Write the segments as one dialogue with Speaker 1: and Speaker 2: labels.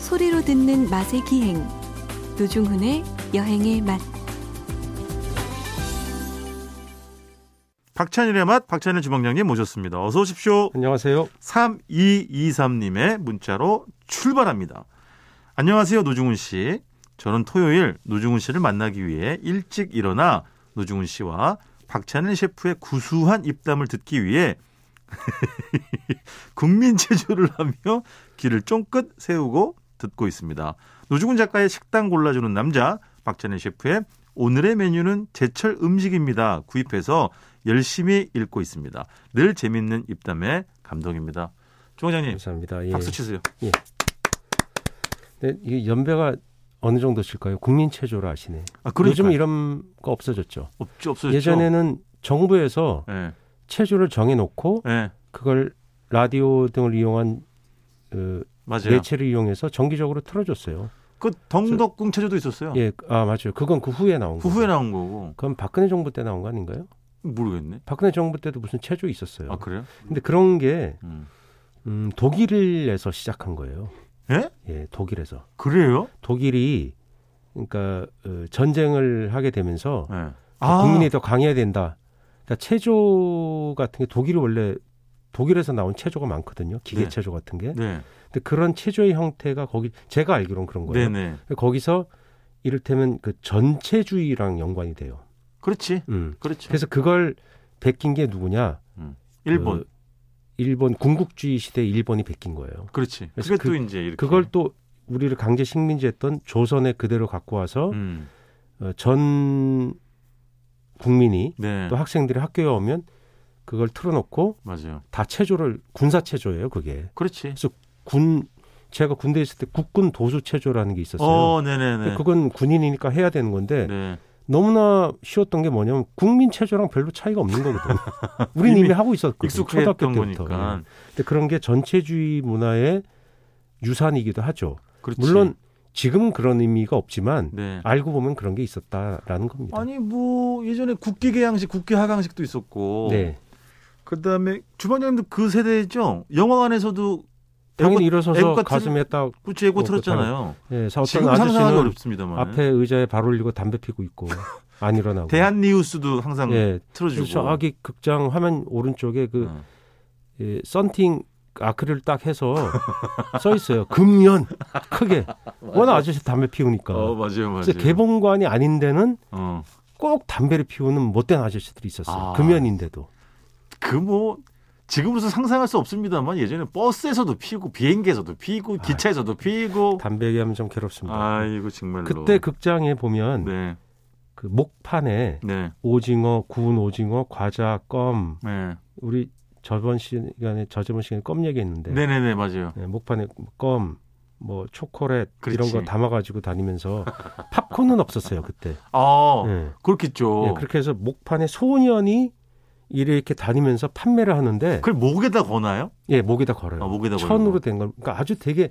Speaker 1: 소리로 듣는 맛의 기행 노중훈의 여행의 맛
Speaker 2: 박찬일의 맛, 박찬일 주방장님 모셨습니다. 어서 오십시오.
Speaker 3: 안녕하세요.
Speaker 2: 3223님의 문자로 출발합니다. 안녕하세요, 노중훈 씨. 저는 토요일 노중훈 씨를 만나기 위해 일찍 일어나 노중훈 씨와 박찬일 셰프의 구수한 입담을 듣기 위해 국민 제조를 하며 귀를 쫑긋 세우고 듣고 있습니다. 노중훈 작가의 식당 골라주는 남자 박찬일 셰프의 오늘의 메뉴는 제철 음식입니다. 구입해서 열심히 읽고 있습니다. 늘 재밌는 입담에 감동입니다. 조원장님
Speaker 3: 감사합니다. 예.
Speaker 2: 박수 치세요.
Speaker 3: 네, 이게 연배가 어느 정도 칠까요? 국민 체조를 아시네.
Speaker 2: 아, 그러니까요.
Speaker 3: 요즘 이런 거 없어졌죠.
Speaker 2: 없죠, 없어졌죠.
Speaker 3: 예전에는 정부에서
Speaker 2: 예.
Speaker 3: 체조를 정해놓고
Speaker 2: 예. 그걸
Speaker 3: 라디오 등을 이용한 그
Speaker 2: 맞아요.
Speaker 3: 매체를 이용해서 정기적으로 틀어줬어요.
Speaker 2: 그 덩덕궁 체조도 있었어요.
Speaker 3: 예, 아 맞아요. 그건 그 후에 나온
Speaker 2: 그
Speaker 3: 거예요.
Speaker 2: 후에 나온 거고
Speaker 3: 그건 박근혜 정부 때 나온 거 아닌가요?
Speaker 2: 모르겠네.
Speaker 3: 박근혜 정부 때도 무슨 체조 있었어요.
Speaker 2: 아 그래요?
Speaker 3: 근데 그런 게
Speaker 2: 음.
Speaker 3: 음, 독일에서 시작한 거예요.
Speaker 2: 예?
Speaker 3: 예, 독일에서.
Speaker 2: 그래요?
Speaker 3: 독일이 그러니까 어, 전쟁을 하게 되면서
Speaker 2: 예.
Speaker 3: 그 국민이 더 강해야 된다. 그러니까 체조 같은 게 독일이 원래 독일에서 나온 체조가 많거든요. 기계
Speaker 2: 네.
Speaker 3: 체조 같은 게.
Speaker 2: 네.
Speaker 3: 근데 그런 체조의 형태가 거기 제가 알기론 그런 거예요.
Speaker 2: 네네.
Speaker 3: 거기서 이를테면 그 전체주의랑 연관이 돼요.
Speaker 2: 그렇지.
Speaker 3: 음.
Speaker 2: 그렇죠.
Speaker 3: 그래서 그걸 베낀 게 누구냐?
Speaker 2: 일본.
Speaker 3: 그 일본 군국주의 시대 일본이 베낀 거예요.
Speaker 2: 그, 렇지
Speaker 3: 그래서
Speaker 2: 그게
Speaker 3: 그-
Speaker 2: 또 이제 이렇게
Speaker 3: 그걸 또 우리를 강제 식민지했던 조선에 그대로 갖고 와서
Speaker 2: 음.
Speaker 3: 어, 전 국민이
Speaker 2: 네.
Speaker 3: 또 학생들이 학교에 오면 그걸 틀어놓고
Speaker 2: 맞아요.
Speaker 3: 다 체조를 군사 체조예요 그게
Speaker 2: 그렇지.
Speaker 3: 군 제가 군대 에 있을 때 국군 도수 체조라는 게 있었어요.
Speaker 2: 어, 네네네.
Speaker 3: 근데 그건 그 군인이니까 해야 되는 건데
Speaker 2: 네.
Speaker 3: 너무나 쉬웠던 게 뭐냐면 국민 체조랑 별로 차이가 없는 거거든. 우리는 이미,
Speaker 2: 이미
Speaker 3: 하고 있었거든.
Speaker 2: 익숙했던 거니까.
Speaker 3: 예. 근데 그런 게 전체주의 문화의 유산이기도 하죠.
Speaker 2: 그렇지.
Speaker 3: 물론 지금은 그런 의미가 없지만
Speaker 2: 네.
Speaker 3: 알고 보면 그런 게 있었다라는 겁니다.
Speaker 2: 아니 뭐 예전에 국기 개항식, 국기 하강식도 있었고.
Speaker 3: 네.
Speaker 2: 그다음에 주방장님도 그 세대죠. 영화관에서도
Speaker 3: 당연히
Speaker 2: 애국-
Speaker 3: 일어서서
Speaker 2: 애국가 틀-
Speaker 3: 가슴에 딱
Speaker 2: 뭐, 그치 애고
Speaker 3: 어,
Speaker 2: 틀었잖아요.
Speaker 3: 예, 사- 어떤
Speaker 2: 그렇죠. 지금 상상하기
Speaker 3: 아저씨는
Speaker 2: 어렵습니다만. 예.
Speaker 3: 앞에 의자에 발 올리고 담배 피고 있고 안 일어나고
Speaker 2: 대한 뉴스도 항상
Speaker 3: 예,
Speaker 2: 틀어주고.
Speaker 3: 저기 극장 화면 오른쪽에 그
Speaker 2: 어.
Speaker 3: 예, 썬팅 아크릴 딱 해서 써 있어요. 금연 크게 워낙 아저씨 담배 피우니까
Speaker 2: 어, 맞아요, 맞아요.
Speaker 3: 그래서 그러니까 개봉관이 아닌데는
Speaker 2: 어.
Speaker 3: 꼭 담배를 피우는 못된 아저씨들이 있었어요.
Speaker 2: 아.
Speaker 3: 금연인데도
Speaker 2: 그 뭐 지금으로서 상상할 수 없습니다만 예전에 버스에서도 피우고 비행기에서도 피우고 기차에서도 피우고.
Speaker 3: 담배 얘기하면 아, 좀 괴롭습니다.
Speaker 2: 아이고 정말로.
Speaker 3: 그때 극장에 보면
Speaker 2: 네,
Speaker 3: 그 목판에
Speaker 2: 네,
Speaker 3: 오징어, 구운 오징어, 과자, 껌
Speaker 2: 네,
Speaker 3: 우리 저번 시간에 저저번 시간에 껌 얘기했는데
Speaker 2: 네, 네, 네, 맞아요.
Speaker 3: 네, 목판에 껌, 뭐 초콜릿
Speaker 2: 그렇지.
Speaker 3: 이런 거 담아가지고 다니면서 팝콘은 없었어요 그때.
Speaker 2: 아
Speaker 3: 네.
Speaker 2: 그렇겠죠.
Speaker 3: 네, 그렇게 해서 목판에 소년이 이렇게 다니면서 판매를 하는데
Speaker 2: 그걸 목에다 거나요?
Speaker 3: 예 목에다 걸어요.
Speaker 2: 아, 목에다 걸고.
Speaker 3: 천으로 된 걸. 그러니까 아주 되게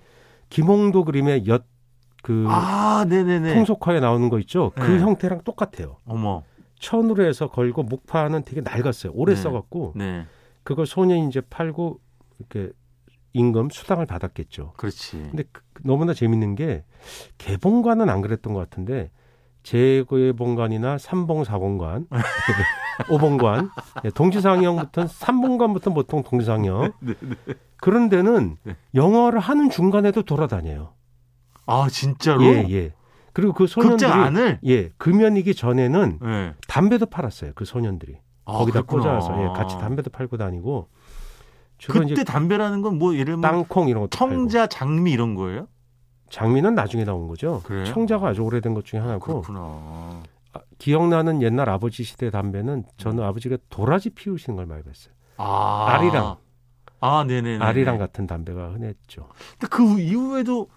Speaker 3: 김홍도 그림의 엿그
Speaker 2: 아, 네, 네, 네.
Speaker 3: 풍속화에 나오는 거 있죠. 그
Speaker 2: 네.
Speaker 3: 형태랑 똑같아요.
Speaker 2: 어머,
Speaker 3: 천으로 해서 걸고 목판은 되게 낡았어요. 오래
Speaker 2: 네.
Speaker 3: 써갖고
Speaker 2: 네,
Speaker 3: 그걸 소년이 이제 팔고 이렇게 임금 수당을 받았겠죠.
Speaker 2: 그렇지.
Speaker 3: 근데 그- 그 너무나 재밌는 게 개봉관은 안 그랬던 것 같은데 재개봉관이나 삼봉 사봉관, 오봉관, 예, 동시상영부터 삼봉관부터 보통 동시상영
Speaker 2: 네, 네.
Speaker 3: 그런 데는
Speaker 2: 네.
Speaker 3: 영화를 하는 중간에도 돌아다녀요.
Speaker 2: 아, 진짜로?
Speaker 3: 예, 예. 그리고 그 소년들이
Speaker 2: 극장 안을?
Speaker 3: 예 금연이기 전에는
Speaker 2: 네.
Speaker 3: 담배도 팔았어요. 그 소년들이
Speaker 2: 아,
Speaker 3: 거기다
Speaker 2: 그렇구나.
Speaker 3: 꽂아서 예, 같이 담배도 팔고 다니고 주로
Speaker 2: 그때
Speaker 3: 이제
Speaker 2: 담배라는 건 뭐 예를 들면
Speaker 3: 땅콩 이런 것도 팔고.
Speaker 2: 청자, 장미 이런 거예요?
Speaker 3: 장미는 나중에 나온 거죠.
Speaker 2: 그래요?
Speaker 3: 청자가 아주 오래된 것 중에 하나고
Speaker 2: 그렇구나.
Speaker 3: 아, 기억나는 옛날 아버지 시대 담배는
Speaker 2: 음.
Speaker 3: 저는 아버지가 도라지 피우시는 걸 많이 봤어요.
Speaker 2: 아.
Speaker 3: 알이랑.
Speaker 2: 아, 네네.
Speaker 3: 아리랑 같은 담배가 흔했죠.
Speaker 2: 근데 그 이후에도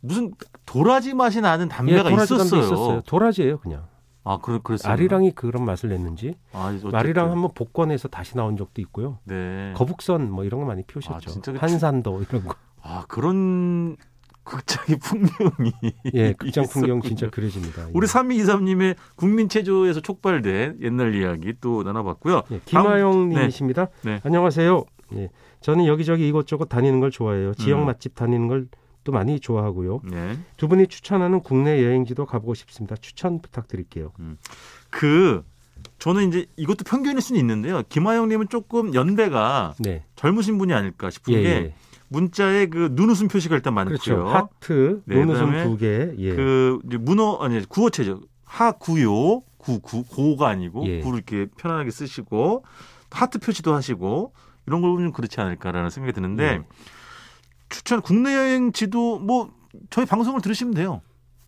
Speaker 2: 무슨 도라지 맛이 나는
Speaker 3: 예,
Speaker 2: 담배가
Speaker 3: 도라지
Speaker 2: 있었어요.
Speaker 3: 담배 있었어요. 도라지예요, 그냥.
Speaker 2: 아, 그래, 그랬어요.
Speaker 3: 아리랑이 그런 맛을 냈는지
Speaker 2: 아, 어쨌든.
Speaker 3: 아리랑 한번 복권해서 다시 나온 적도 있고요.
Speaker 2: 네.
Speaker 3: 거북선 뭐 이런 거 많이
Speaker 2: 아,
Speaker 3: 피우셨죠.
Speaker 2: 진짜 그
Speaker 3: 한산도 이런 거.
Speaker 2: 아, 그런 극장의 풍경이.
Speaker 3: 예, 극장 풍경
Speaker 2: 있었군요.
Speaker 3: 진짜 그려집니다. 예.
Speaker 2: 우리 3223님의 국민체조에서 촉발된 옛날 이야기 또 나눠봤고요. 다음-
Speaker 3: 예,
Speaker 2: 네.
Speaker 3: 김하영님이십니다.
Speaker 2: 네.
Speaker 3: 안녕하세요. 예, 저는 여기저기 이것저것 다니는 걸 좋아해요. 지역
Speaker 2: 음.
Speaker 3: 맛집 다니는 걸 또 많이 좋아하고요.
Speaker 2: 예.
Speaker 3: 두 분이 추천하는 국내 여행지도 가보고 싶습니다. 추천 부탁드릴게요.
Speaker 2: 그 저는 이제 이것도 편견일 수는 있는데요. 김하영님은 조금 연배가
Speaker 3: 네.
Speaker 2: 젊으신 분이 아닐까 싶은
Speaker 3: 예,
Speaker 2: 게
Speaker 3: 예.
Speaker 2: 문자에 그 눈웃음 표시가 일단 많고요.
Speaker 3: 그렇죠. 하트,
Speaker 2: 네, 그다음에
Speaker 3: 눈웃음 두 개. 예.
Speaker 2: 그 이제 문어 아니 구어체죠. 하구요 구구 고가 아니고
Speaker 3: 예.
Speaker 2: 구를 이렇게 편안하게 쓰시고 하트 표시도 하시고 이런 걸 보면 그렇지 않을까라는 생각이 드는데
Speaker 3: 예.
Speaker 2: 추천 국내 여행지도 뭐 저희 방송을 들으시면 돼요.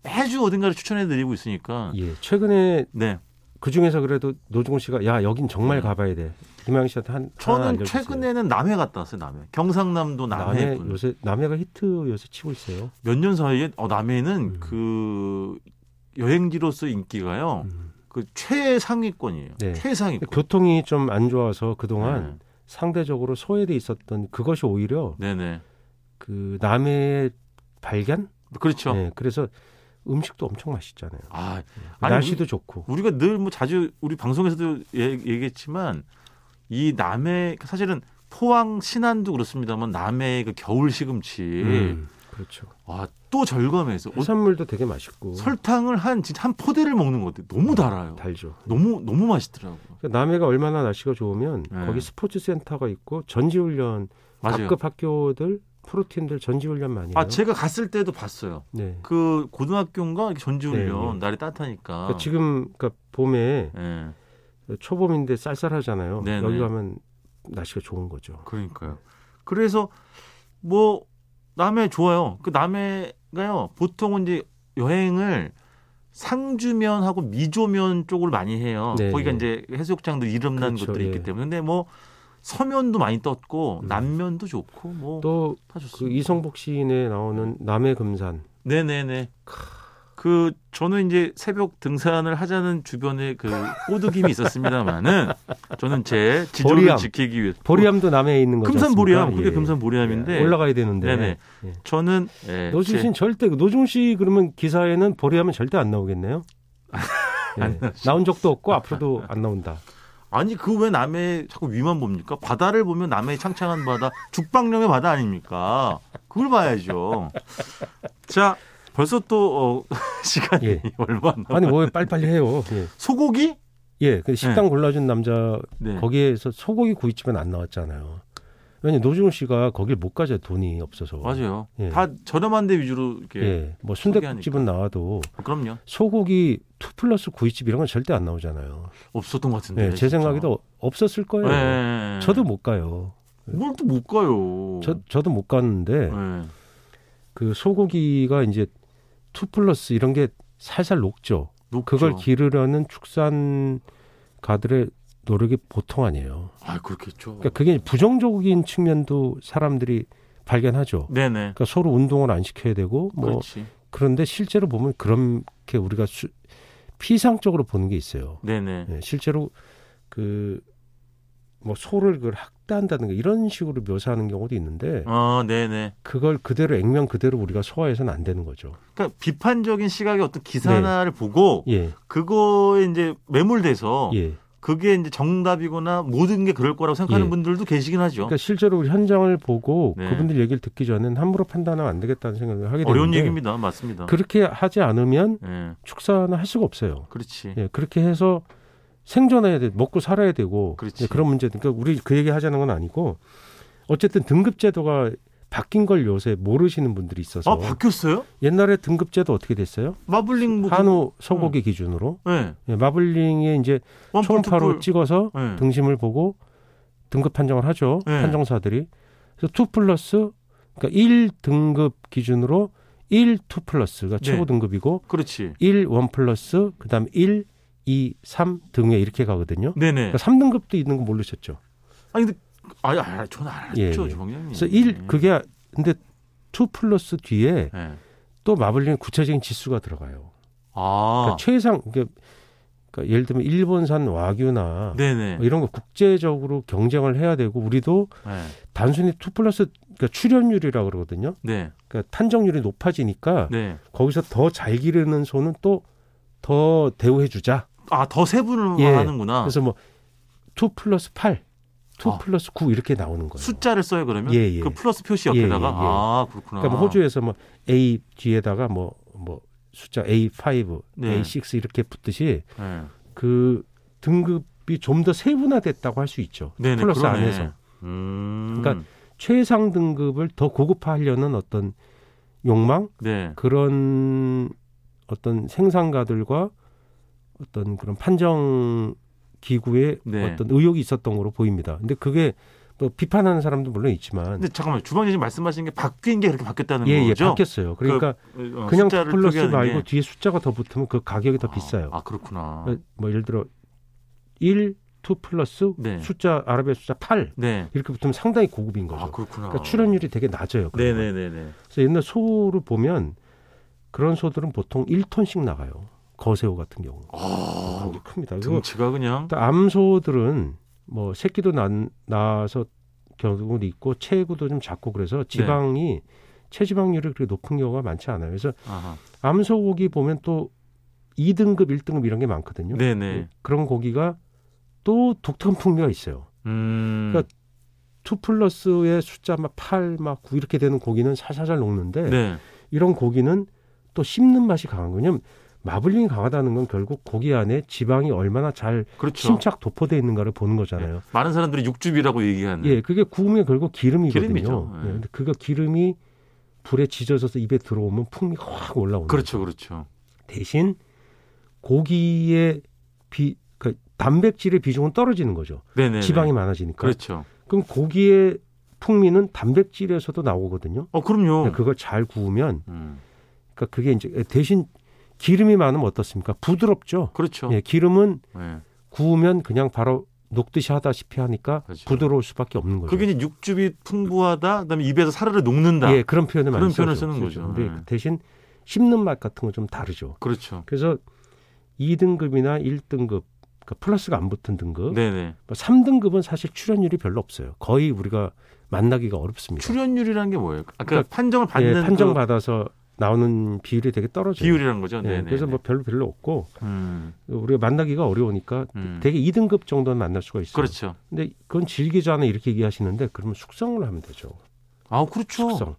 Speaker 2: 매주 어딘가를 추천해드리고 있으니까
Speaker 3: 예. 최근에
Speaker 2: 네
Speaker 3: 그 중에서 그래도 노중훈 씨가 야 여긴 정말
Speaker 2: 네.
Speaker 3: 가봐야 돼. 김양 씨한테 한 하나
Speaker 2: 저는
Speaker 3: 아, 알려주세요.
Speaker 2: 최근에는 남해 갔다 왔어요. 남해 경상남도 남해
Speaker 3: 남해 요새 남해가 히트 요새 치고 있어요.
Speaker 2: 몇 년 사이에 어, 남해는
Speaker 3: 음.
Speaker 2: 그 여행지로서 인기가요
Speaker 3: 음.
Speaker 2: 그 최상위권이에요.
Speaker 3: 네.
Speaker 2: 최상위권.
Speaker 3: 교통이 좀 안 좋아서
Speaker 2: 네.
Speaker 3: 그동안 상대적으로 소외돼 있었던 그것이 오히려
Speaker 2: 네네.
Speaker 3: 그 남해의 발견.
Speaker 2: 그렇죠.
Speaker 3: 네, 그래서 음식도 엄청 맛있잖아요.
Speaker 2: 아, 아니,
Speaker 3: 날씨도 좋고.
Speaker 2: 우리, 가 늘 뭐 자주 우리 방송에서도 얘- 얘기했지만 이 남해 사실은 포항 신안도 그렇습니다만 남해의 그 겨울 시금치
Speaker 3: 음, 그렇죠.
Speaker 2: 와또 절감해서 어,
Speaker 3: 해산물도 되게 맛있고
Speaker 2: 설탕을 한 진짜 한 포대를 먹는 것 같아요. 너무 달아요.
Speaker 3: 달죠.
Speaker 2: 너무 너무 맛있더라고요.
Speaker 3: 그러니까 남해가 얼마나 날씨가 좋으면
Speaker 2: 네.
Speaker 3: 거기 스포츠 센터가 있고 전지훈련
Speaker 2: 맞아요.
Speaker 3: 각급 학교들 프로팀들 전지훈련 많이 해요.
Speaker 2: 아 제가 갔을 때도 봤어요.
Speaker 3: 네.
Speaker 2: 그 고등학교인가 전지훈련
Speaker 3: 네, 네.
Speaker 2: 날이 따뜻하니까.
Speaker 3: 그러니까 지금 그러니까 봄에
Speaker 2: 예,
Speaker 3: 초봄인데 쌀쌀하잖아요.
Speaker 2: 네,
Speaker 3: 여기
Speaker 2: 네.
Speaker 3: 가면 날씨가 좋은 거죠.
Speaker 2: 그러니까요. 그래서 뭐 남해 좋아요. 그 남해가요. 보통은 이제 여행을 상주면하고 미조면 쪽을 많이 해요.
Speaker 3: 네,
Speaker 2: 거기가
Speaker 3: 네.
Speaker 2: 이제 해수욕장도 이름난
Speaker 3: 그렇죠,
Speaker 2: 곳들이 있기
Speaker 3: 예.
Speaker 2: 때문에 근데 뭐 서면도 많이 떴고
Speaker 3: 음.
Speaker 2: 남면도 좋고 뭐다
Speaker 3: 또 그
Speaker 2: 좋습니다. 네.
Speaker 3: 이성복 시인에 나오는 남해 금산
Speaker 2: 네네네. 그 저는 이제 새벽 등산을 하자는 주변에 그 꼬드김이 있었습니다만은 저는 제 지조를
Speaker 3: 보리암.
Speaker 2: 지키기 위해 어,
Speaker 3: 보리암도 남해에 있는 거죠.
Speaker 2: 금산 보리암 그게 금산 보리암인데
Speaker 3: 예. 올라가야 되는데.
Speaker 2: 네네.
Speaker 3: 예.
Speaker 2: 저는 예,
Speaker 3: 노준
Speaker 2: 제-
Speaker 3: 씨는 절대 노준 씨 그러면 기사에는 보리하면 절대 안 나오겠네요. 예. 나온 적도 없고 앞으로도 안 나온다.
Speaker 2: 아니 그 왜 남해 자꾸 위만 봅니까? 바다를 보면 남해의 창창한 바다, 죽방령의 바다 아닙니까? 그걸 봐야죠. 자, 벌써 또 어, 시간이
Speaker 3: 예.
Speaker 2: 얼마 안 남.
Speaker 3: 아니 뭐 빨리빨리 해요. 예.
Speaker 2: 소고기?
Speaker 3: 예, 그 식당 골라준 남자
Speaker 2: 네.
Speaker 3: 거기에서 소고기 구이집은 안 나왔잖아요. 왜냐 노준호 씨가 거길 못 가죠 돈이 없어서.
Speaker 2: 맞아요.
Speaker 3: 예.
Speaker 2: 다 저렴한 데 위주로 이렇게.
Speaker 3: 예, 뭐 순대국집은 나와도
Speaker 2: 그럼요.
Speaker 3: 소고기 투 플러스 구이집 이런 건 절대 안 나오잖아요.
Speaker 2: 없었던 것 같은데.
Speaker 3: 예, 제
Speaker 2: 네, 진짜.
Speaker 3: 생각에도 없었을 거예요.
Speaker 2: 예.
Speaker 3: 저도 못 가요.
Speaker 2: 뭘 또 못 가요.
Speaker 3: 저 네. 저도 못 갔는데
Speaker 2: 예.
Speaker 3: 그 소고기가 이제 투 플러스 이런 게 살살 녹죠.
Speaker 2: 녹죠.
Speaker 3: 그걸 기르려는 축산 가들의 노력이 보통 아니에요.
Speaker 2: 아 그렇겠죠.
Speaker 3: 그러니까 그게 부정적인 측면도 사람들이 발견하죠.
Speaker 2: 네네.
Speaker 3: 그러니까 서로 운동을 안 시켜야 되고 뭐
Speaker 2: 그렇지.
Speaker 3: 그런데 실제로 보면 그렇게 우리가 수- 피상적으로 보는 게 있어요.
Speaker 2: 네네.
Speaker 3: 예, 실제로 그 뭐 소를 그걸 학대한다든가 이런 식으로 묘사하는 경우도 있는데
Speaker 2: 아 네네.
Speaker 3: 그걸 그대로 액면 그대로 우리가 소화해서는 안 되는 거죠.
Speaker 2: 그러니까 비판적인 시각의 어떤 기사나를 보고
Speaker 3: 예,
Speaker 2: 그거에 이제 매몰돼서
Speaker 3: 예.
Speaker 2: 그게 이제 정답이거나 모든 게 그럴 거라고 생각하는
Speaker 3: 예.
Speaker 2: 분들도 계시긴 하죠.
Speaker 3: 그러니까 실제로 우리 현장을 보고
Speaker 2: 네.
Speaker 3: 그분들 얘기를 듣기 전엔 함부로 판단하면 안 되겠다는 생각을 하게 되는데
Speaker 2: 어려운 얘기입니다. 맞습니다.
Speaker 3: 그렇게 하지 않으면
Speaker 2: 예.
Speaker 3: 축산을 할 수가 없어요.
Speaker 2: 그렇지.
Speaker 3: 예, 그렇게 해서 생존해야 돼, 먹고 살아야 되고
Speaker 2: 그렇지.
Speaker 3: 예, 그런 문제. 그러니까 우리 그 얘기 하자는 건 아니고 어쨌든 등급 제도가 바뀐 걸 요새 모르시는 분들이 있어서
Speaker 2: 아 바뀌었어요?
Speaker 3: 옛날에 등급 제도 어떻게 됐어요?
Speaker 2: 마블링 뭐
Speaker 3: 한우 소고기 기준으로
Speaker 2: 예.
Speaker 3: 예, 마블링에 이제
Speaker 2: 원뿔,
Speaker 3: 초음파로
Speaker 2: 투뿔.
Speaker 3: 찍어서
Speaker 2: 예.
Speaker 3: 등심을 보고 등급 판정을 하죠.
Speaker 2: 네.
Speaker 3: 판정사들이. 그래서 2 플러스 그러니까 1 등급 기준으로 1, 2 플러스가
Speaker 2: 네.
Speaker 3: 최고 등급이고
Speaker 2: 그렇지.
Speaker 3: 1, 1 플러스 그다음 1, 2, 3 등에 이렇게 가거든요.
Speaker 2: 네네.
Speaker 3: 그러니까 3등급도 있는 거 모르셨죠.
Speaker 2: 아니 근데 아니, 아니 저는 알았죠,
Speaker 3: 예, 예.
Speaker 2: 주방장님.
Speaker 3: 그래서 1 그게 근데 2 플러스 뒤에
Speaker 2: 예.
Speaker 3: 또 마블링 구체적인 지수가 들어가요.
Speaker 2: 아.
Speaker 3: 그러니까 최상 그러니까, 그러니까 예를 들면 일본산 와규나 뭐
Speaker 2: 네네.
Speaker 3: 이런 거 국제적으로 경쟁을 해야 되고 우리도
Speaker 2: 예.
Speaker 3: 단순히 투 플러스 그러니까 출연율이라 고 그러거든요.
Speaker 2: 네.
Speaker 3: 그러니까 탄정률이 높아지니까
Speaker 2: 네.
Speaker 3: 거기서 더 잘 기르는 소는 또 더 대우해 주자.
Speaker 2: 아더 세분을
Speaker 3: 예.
Speaker 2: 하는구나.
Speaker 3: 그래서 뭐 투 플러스 팔 2
Speaker 2: 아.
Speaker 3: 플러스 9 이렇게 나오는 거예요.
Speaker 2: 숫자를 써요 그러면
Speaker 3: 예, 예.
Speaker 2: 그 플러스 표시
Speaker 3: 예,
Speaker 2: 옆에다가
Speaker 3: 예, 예.
Speaker 2: 아 그렇구나.
Speaker 3: 그러니까 뭐 호주에서 뭐 A 뒤에다가 뭐 뭐 숫자 A5,
Speaker 2: 네.
Speaker 3: A6 이렇게 붙듯이
Speaker 2: 네.
Speaker 3: 그 등급이 좀 더 세분화됐다고 할 수 있죠.
Speaker 2: 네네,
Speaker 3: 플러스
Speaker 2: 그러네.
Speaker 3: 안에서
Speaker 2: 음.
Speaker 3: 그러니까 최상 등급을 더 고급화하려는 어떤 욕망
Speaker 2: 네.
Speaker 3: 그런 어떤 생산가들과 어떤 그런 판정 기구의
Speaker 2: 네.
Speaker 3: 어떤 의욕이 있었던 거로 보입니다. 근데 그게 또 비판하는 사람도 물론 있지만
Speaker 2: 근데 잠깐만 요 주방장님 이 말씀하신 게 바뀐 게 그렇게 바뀌었다는
Speaker 3: 예, 예,
Speaker 2: 거죠?
Speaker 3: 바뀌었어요. 그러니까
Speaker 2: 어,
Speaker 3: 그냥
Speaker 2: 숫자를
Speaker 3: 플러스
Speaker 2: 표기하는
Speaker 3: 말고
Speaker 2: 게.
Speaker 3: 뒤에 숫자가 더 붙으면 그 가격이 더
Speaker 2: 아,
Speaker 3: 비싸요.
Speaker 2: 아 그렇구나.
Speaker 3: 그러니까 뭐 예를 들어 1, 2 플러스
Speaker 2: 네.
Speaker 3: 숫자 아랍의 숫자 8
Speaker 2: 네.
Speaker 3: 이렇게 붙으면 상당히 고급인 거죠.
Speaker 2: 아 그렇구나.
Speaker 3: 그러니까 출연율이 되게 낮아요. 그런 거.
Speaker 2: 네네네네.
Speaker 3: 그래서 옛날 소를 보면 그런 소들은 보통 1톤씩 나가요. 거세호 같은 경우.
Speaker 2: 아
Speaker 3: 그게 큽니다. 그리고
Speaker 2: 등치가 그냥
Speaker 3: 또 암소들은 뭐 새끼도 난, 나서 경우도 있고 체구도 좀 작고 그래서
Speaker 2: 네.
Speaker 3: 지방이 체지방률이 그렇게 높은 경우가 많지 않아요. 그래서
Speaker 2: 아하.
Speaker 3: 암소 고기 보면 또 2등급, 1등급 이런 게 많거든요.
Speaker 2: 네네.
Speaker 3: 그런 고기가 또 독특한 풍미가 있어요.
Speaker 2: 음.
Speaker 3: 그러니까 2 플러스의 숫자 막 8, 막 9 이렇게 되는 고기는 살살살 녹는데
Speaker 2: 네.
Speaker 3: 이런 고기는 또 씹는 맛이 강한 거냐면 마블링이 강하다는 건 결국 고기 안에 지방이 얼마나 잘
Speaker 2: 그렇죠.
Speaker 3: 침착 도포돼 있는가를 보는 거잖아요.
Speaker 2: 많은 사람들이 육즙이라고 얘기하는.
Speaker 3: 예, 그게 구우면 결국
Speaker 2: 네.
Speaker 3: 기름이거든요.
Speaker 2: 기름이죠. 예.
Speaker 3: 예, 근데 그거 기름이 불에 지져져서 입에 들어오면 풍미가 확 올라오는
Speaker 2: 그렇죠, 그렇죠.
Speaker 3: 거죠. 대신 고기의 비, 그 단백질의 비중은 떨어지는 거죠.
Speaker 2: 네네.
Speaker 3: 지방이 많아지니까.
Speaker 2: 그렇죠.
Speaker 3: 그럼 고기의 풍미는 단백질에서도 나오거든요.
Speaker 2: 어 그럼요.
Speaker 3: 근데 그걸 잘 구우면
Speaker 2: 음.
Speaker 3: 그러니까 그게 이제 대신 기름이 많으면 어떻습니까? 부드럽죠.
Speaker 2: 그렇죠.
Speaker 3: 예, 기름은
Speaker 2: 예.
Speaker 3: 구우면 그냥 바로 녹듯이 하다시피 하니까
Speaker 2: 그렇죠.
Speaker 3: 부드러울 수밖에 없는 거죠.
Speaker 2: 그게 이제 육즙이 풍부하다. 그다음에 입에서 사르르 녹는다.
Speaker 3: 예, 그런 표현을
Speaker 2: 그런
Speaker 3: 많이
Speaker 2: 표현을
Speaker 3: 쓰죠.
Speaker 2: 쓰는 거죠.
Speaker 3: 근데
Speaker 2: 예.
Speaker 3: 대신 씹는 맛 같은 건 좀 다르죠.
Speaker 2: 그렇죠.
Speaker 3: 그래서 2등급이나 1등급, 그러니까 플러스가 안 붙은 등급, 뭐
Speaker 2: 네네.
Speaker 3: 3등급은 사실 출연율이 별로 없어요. 거의 우리가 만나기가 어렵습니다.
Speaker 2: 출연율이라는 게 뭐예요? 아까
Speaker 3: 예. 그러니까,
Speaker 2: 판정을
Speaker 3: 예,
Speaker 2: 받는
Speaker 3: 판정
Speaker 2: 그
Speaker 3: 받아서 나오는 비율이 되게 떨어져요.
Speaker 2: 비율이라는 거죠.
Speaker 3: 예,
Speaker 2: 네네.
Speaker 3: 그래서 뭐 별로 별로 없고
Speaker 2: 음,
Speaker 3: 우리가 만나기가 어려우니까
Speaker 2: 음.
Speaker 3: 되게 2등급 정도는 만날 수가 있어요.
Speaker 2: 그렇죠.
Speaker 3: 근데 그건 질기자는 이렇게 얘기하시는데 그러면 숙성을 하면 되죠.
Speaker 2: 아 그렇죠.
Speaker 3: 숙성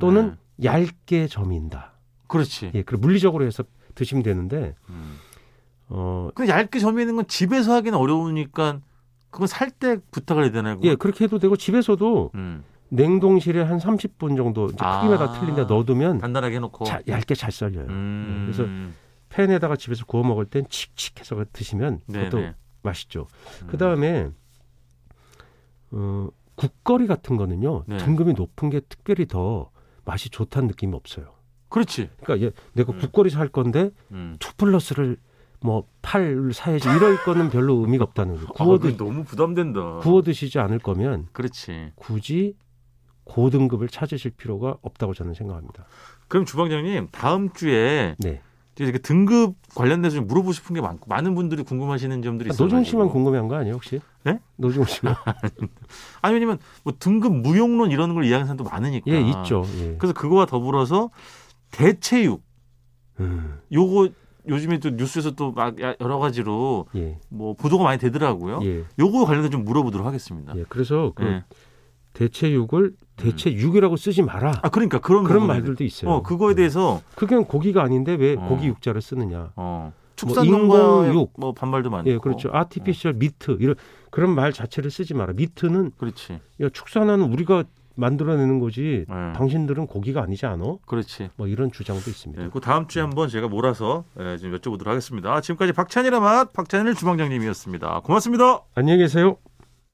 Speaker 3: 또는
Speaker 2: 네.
Speaker 3: 얇게 점인다.
Speaker 2: 그렇지.
Speaker 3: 예, 그리고 물리적으로 해서 드시면 되는데
Speaker 2: 음.
Speaker 3: 어,
Speaker 2: 근데 얇게 점이는 건 집에서 하기는 어려우니까 그건 살 때 부탁을 해야 되나요? 그건?
Speaker 3: 예, 그렇게 해도 되고 집에서도
Speaker 2: 음.
Speaker 3: 냉동실에 한 30분 정도 이제
Speaker 2: 아.
Speaker 3: 크기마다 틀린데 넣어두면
Speaker 2: 간단하게 해놓고.
Speaker 3: 자- 얇게 잘 썰려요.
Speaker 2: 음.
Speaker 3: 그래서 팬에다가 집에서 구워 먹을 땐 칙칙해서 드시면 그것도
Speaker 2: 네네.
Speaker 3: 맛있죠.
Speaker 2: 음.
Speaker 3: 그 다음에 어, 국거리 같은 거는요
Speaker 2: 네.
Speaker 3: 등급이 높은 게 특별히 더 맛이 좋다는 느낌이 없어요.
Speaker 2: 그렇지.
Speaker 3: 그러니까 얘, 내가
Speaker 2: 음.
Speaker 3: 국거리 살 건데
Speaker 2: 음.
Speaker 3: 투 플러스를 뭐 8을 사야지 이럴 거는 별로 의미가 없다는 거예요.
Speaker 2: 아,
Speaker 3: 구워,
Speaker 2: 그건
Speaker 3: 드,
Speaker 2: 너무 부담된다.
Speaker 3: 구워 드시지 않을 거면
Speaker 2: 그렇지.
Speaker 3: 굳이 고등급을 찾으실 필요가 없다고 저는 생각합니다.
Speaker 2: 그럼 주방장님 다음 주에
Speaker 3: 네.
Speaker 2: 이렇게 등급 관련돼서 좀 물어보고 싶은 게 많고 많은 분들이 궁금하시는 점들이
Speaker 3: 아,
Speaker 2: 있어요.
Speaker 3: 노종 씨만 궁금해한 거 아니에요 혹시?
Speaker 2: 네?
Speaker 3: 노종 씨만
Speaker 2: 아니 왜냐면 뭐 등급 무용론 이런 걸 이해하는 사람도 많으니까.
Speaker 3: 예 있죠. 예.
Speaker 2: 아. 그래서 그거와 더불어서 대체육
Speaker 3: 음,
Speaker 2: 요거 요즘에 또 뉴스에서 또 막 여러 가지로
Speaker 3: 예.
Speaker 2: 뭐 보도가 많이 되더라고요.
Speaker 3: 예.
Speaker 2: 요거 관련해서 좀 물어보도록 하겠습니다.
Speaker 3: 예. 그래서 그
Speaker 2: 예.
Speaker 3: 대체육을
Speaker 2: 음.
Speaker 3: 대체육이라고 쓰지 마라.
Speaker 2: 아 그러니까 그런
Speaker 3: 그런
Speaker 2: 부분에
Speaker 3: 말들도 예.
Speaker 2: 대해-
Speaker 3: 있어요. 네.
Speaker 2: 어 그거에 대해서
Speaker 3: 그게 고기가 아닌데 왜
Speaker 2: 어.
Speaker 3: 고기 육자를 쓰느냐?
Speaker 2: 어
Speaker 3: 뭐
Speaker 2: 축산농가
Speaker 3: 인공육.
Speaker 2: 뭐 반발도 많고.
Speaker 3: 예, 그렇죠. 아티피셜 미트 이런 그런 말 자체를 쓰지 마라. 미트는
Speaker 2: 그렇지.
Speaker 3: 야, 축산화는 우리가 만들어내는 거지.
Speaker 2: 예.
Speaker 3: 당신들은 고기가 아니지 않어?
Speaker 2: 그렇지.
Speaker 3: 뭐 이런 주장도 있습니다.
Speaker 2: 예, 그 다음 주에 한번 제가 몰아서 예, 좀 여쭤보도록 하겠습니다. 지금까지 박찬일의 맛 박찬일 주방장님이었습니다. 고맙습니다.
Speaker 3: 안녕히 계세요.